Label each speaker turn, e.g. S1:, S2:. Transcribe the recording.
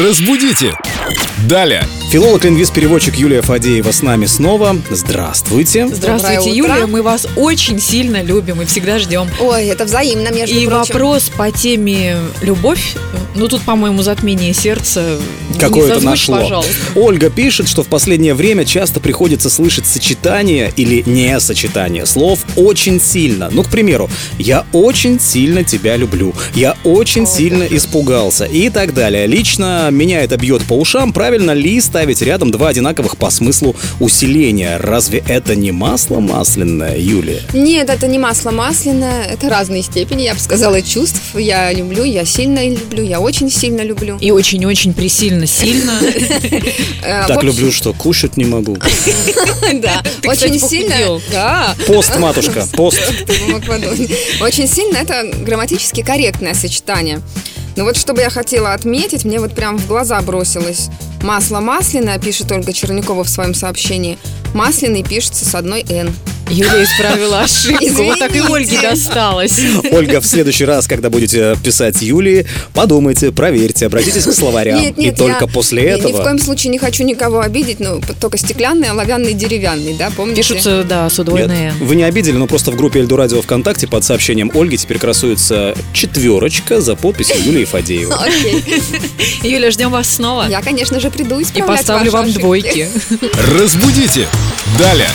S1: Разбудите! Далее!
S2: Филолог, лингвист, переводчик Юлия Фадеева с нами снова. Здравствуйте.
S3: Здравствуйте,
S4: Доброе утро.
S3: Юлия. Мы вас очень сильно любим и всегда ждем.
S4: Ой, это взаимно, между
S3: И
S4: прочим.
S3: вопрос по теме любовь. Ну тут, по-моему, затмение сердца. Не
S2: Какое-то
S3: созвучь,
S2: нашло.
S3: пожалуйста.
S2: Ольга пишет, что в последнее время часто приходится слышать сочетание или несочетание слов очень сильно. Ну, к примеру, я очень сильно тебя люблю, я очень сильно испугался и так далее. Лично меня это бьет по ушам. Правильно ли ставить рядом два одинаковых по смыслу усиления? Разве это не масло масляное, Юлия?
S4: Нет, это не масло масляное, это разные степени, я бы сказала, чувств. Я люблю, я сильно люблю, я очень сильно люблю.
S3: И очень-очень пресильно сильно.
S4: Э,
S2: так
S4: в общем,
S2: люблю, что кушать не могу.
S4: Да,
S3: Ты, кстати,
S4: очень
S3: похудел.
S4: сильно. Да.
S2: Пост, матушка, пост.
S4: Ты бы мог подумать. Очень сильно это грамматически корректное сочетание. Но вот что бы я хотела отметить, мне вот прям в глаза бросилось. Масло масляное, пишет Ольга Чернякова в своем сообщении. Масляный пишется с одной «н».
S3: Юлия исправила ошибку. Вот так и
S4: Извините.
S3: Ольге досталось.
S2: Ольга, в следующий раз, когда будете писать Юлии, подумайте, проверьте, обратитесь к словарям.
S4: Нет, нет,
S2: и только
S4: я
S2: после
S4: ни-
S2: этого...
S4: Ни в коем случае не хочу никого обидеть, но только стеклянный, оловянный, деревянный, да, помните?
S3: Пишутся, да, с
S2: Нет,
S3: удвоенной «н».
S2: вы не обидели, но просто в группе Эльду Радио ВКонтакте под сообщением Ольги теперь красуется четверочка за подписью Юлии Фадеевой.
S4: Ну, Окей.
S3: Юля, ждем вас снова.
S4: Я, конечно же, приду
S3: И
S4: исправлять
S3: поставлю
S4: ваши
S3: вам
S4: ошибки.
S3: двойки.
S1: Разбудите! Далее!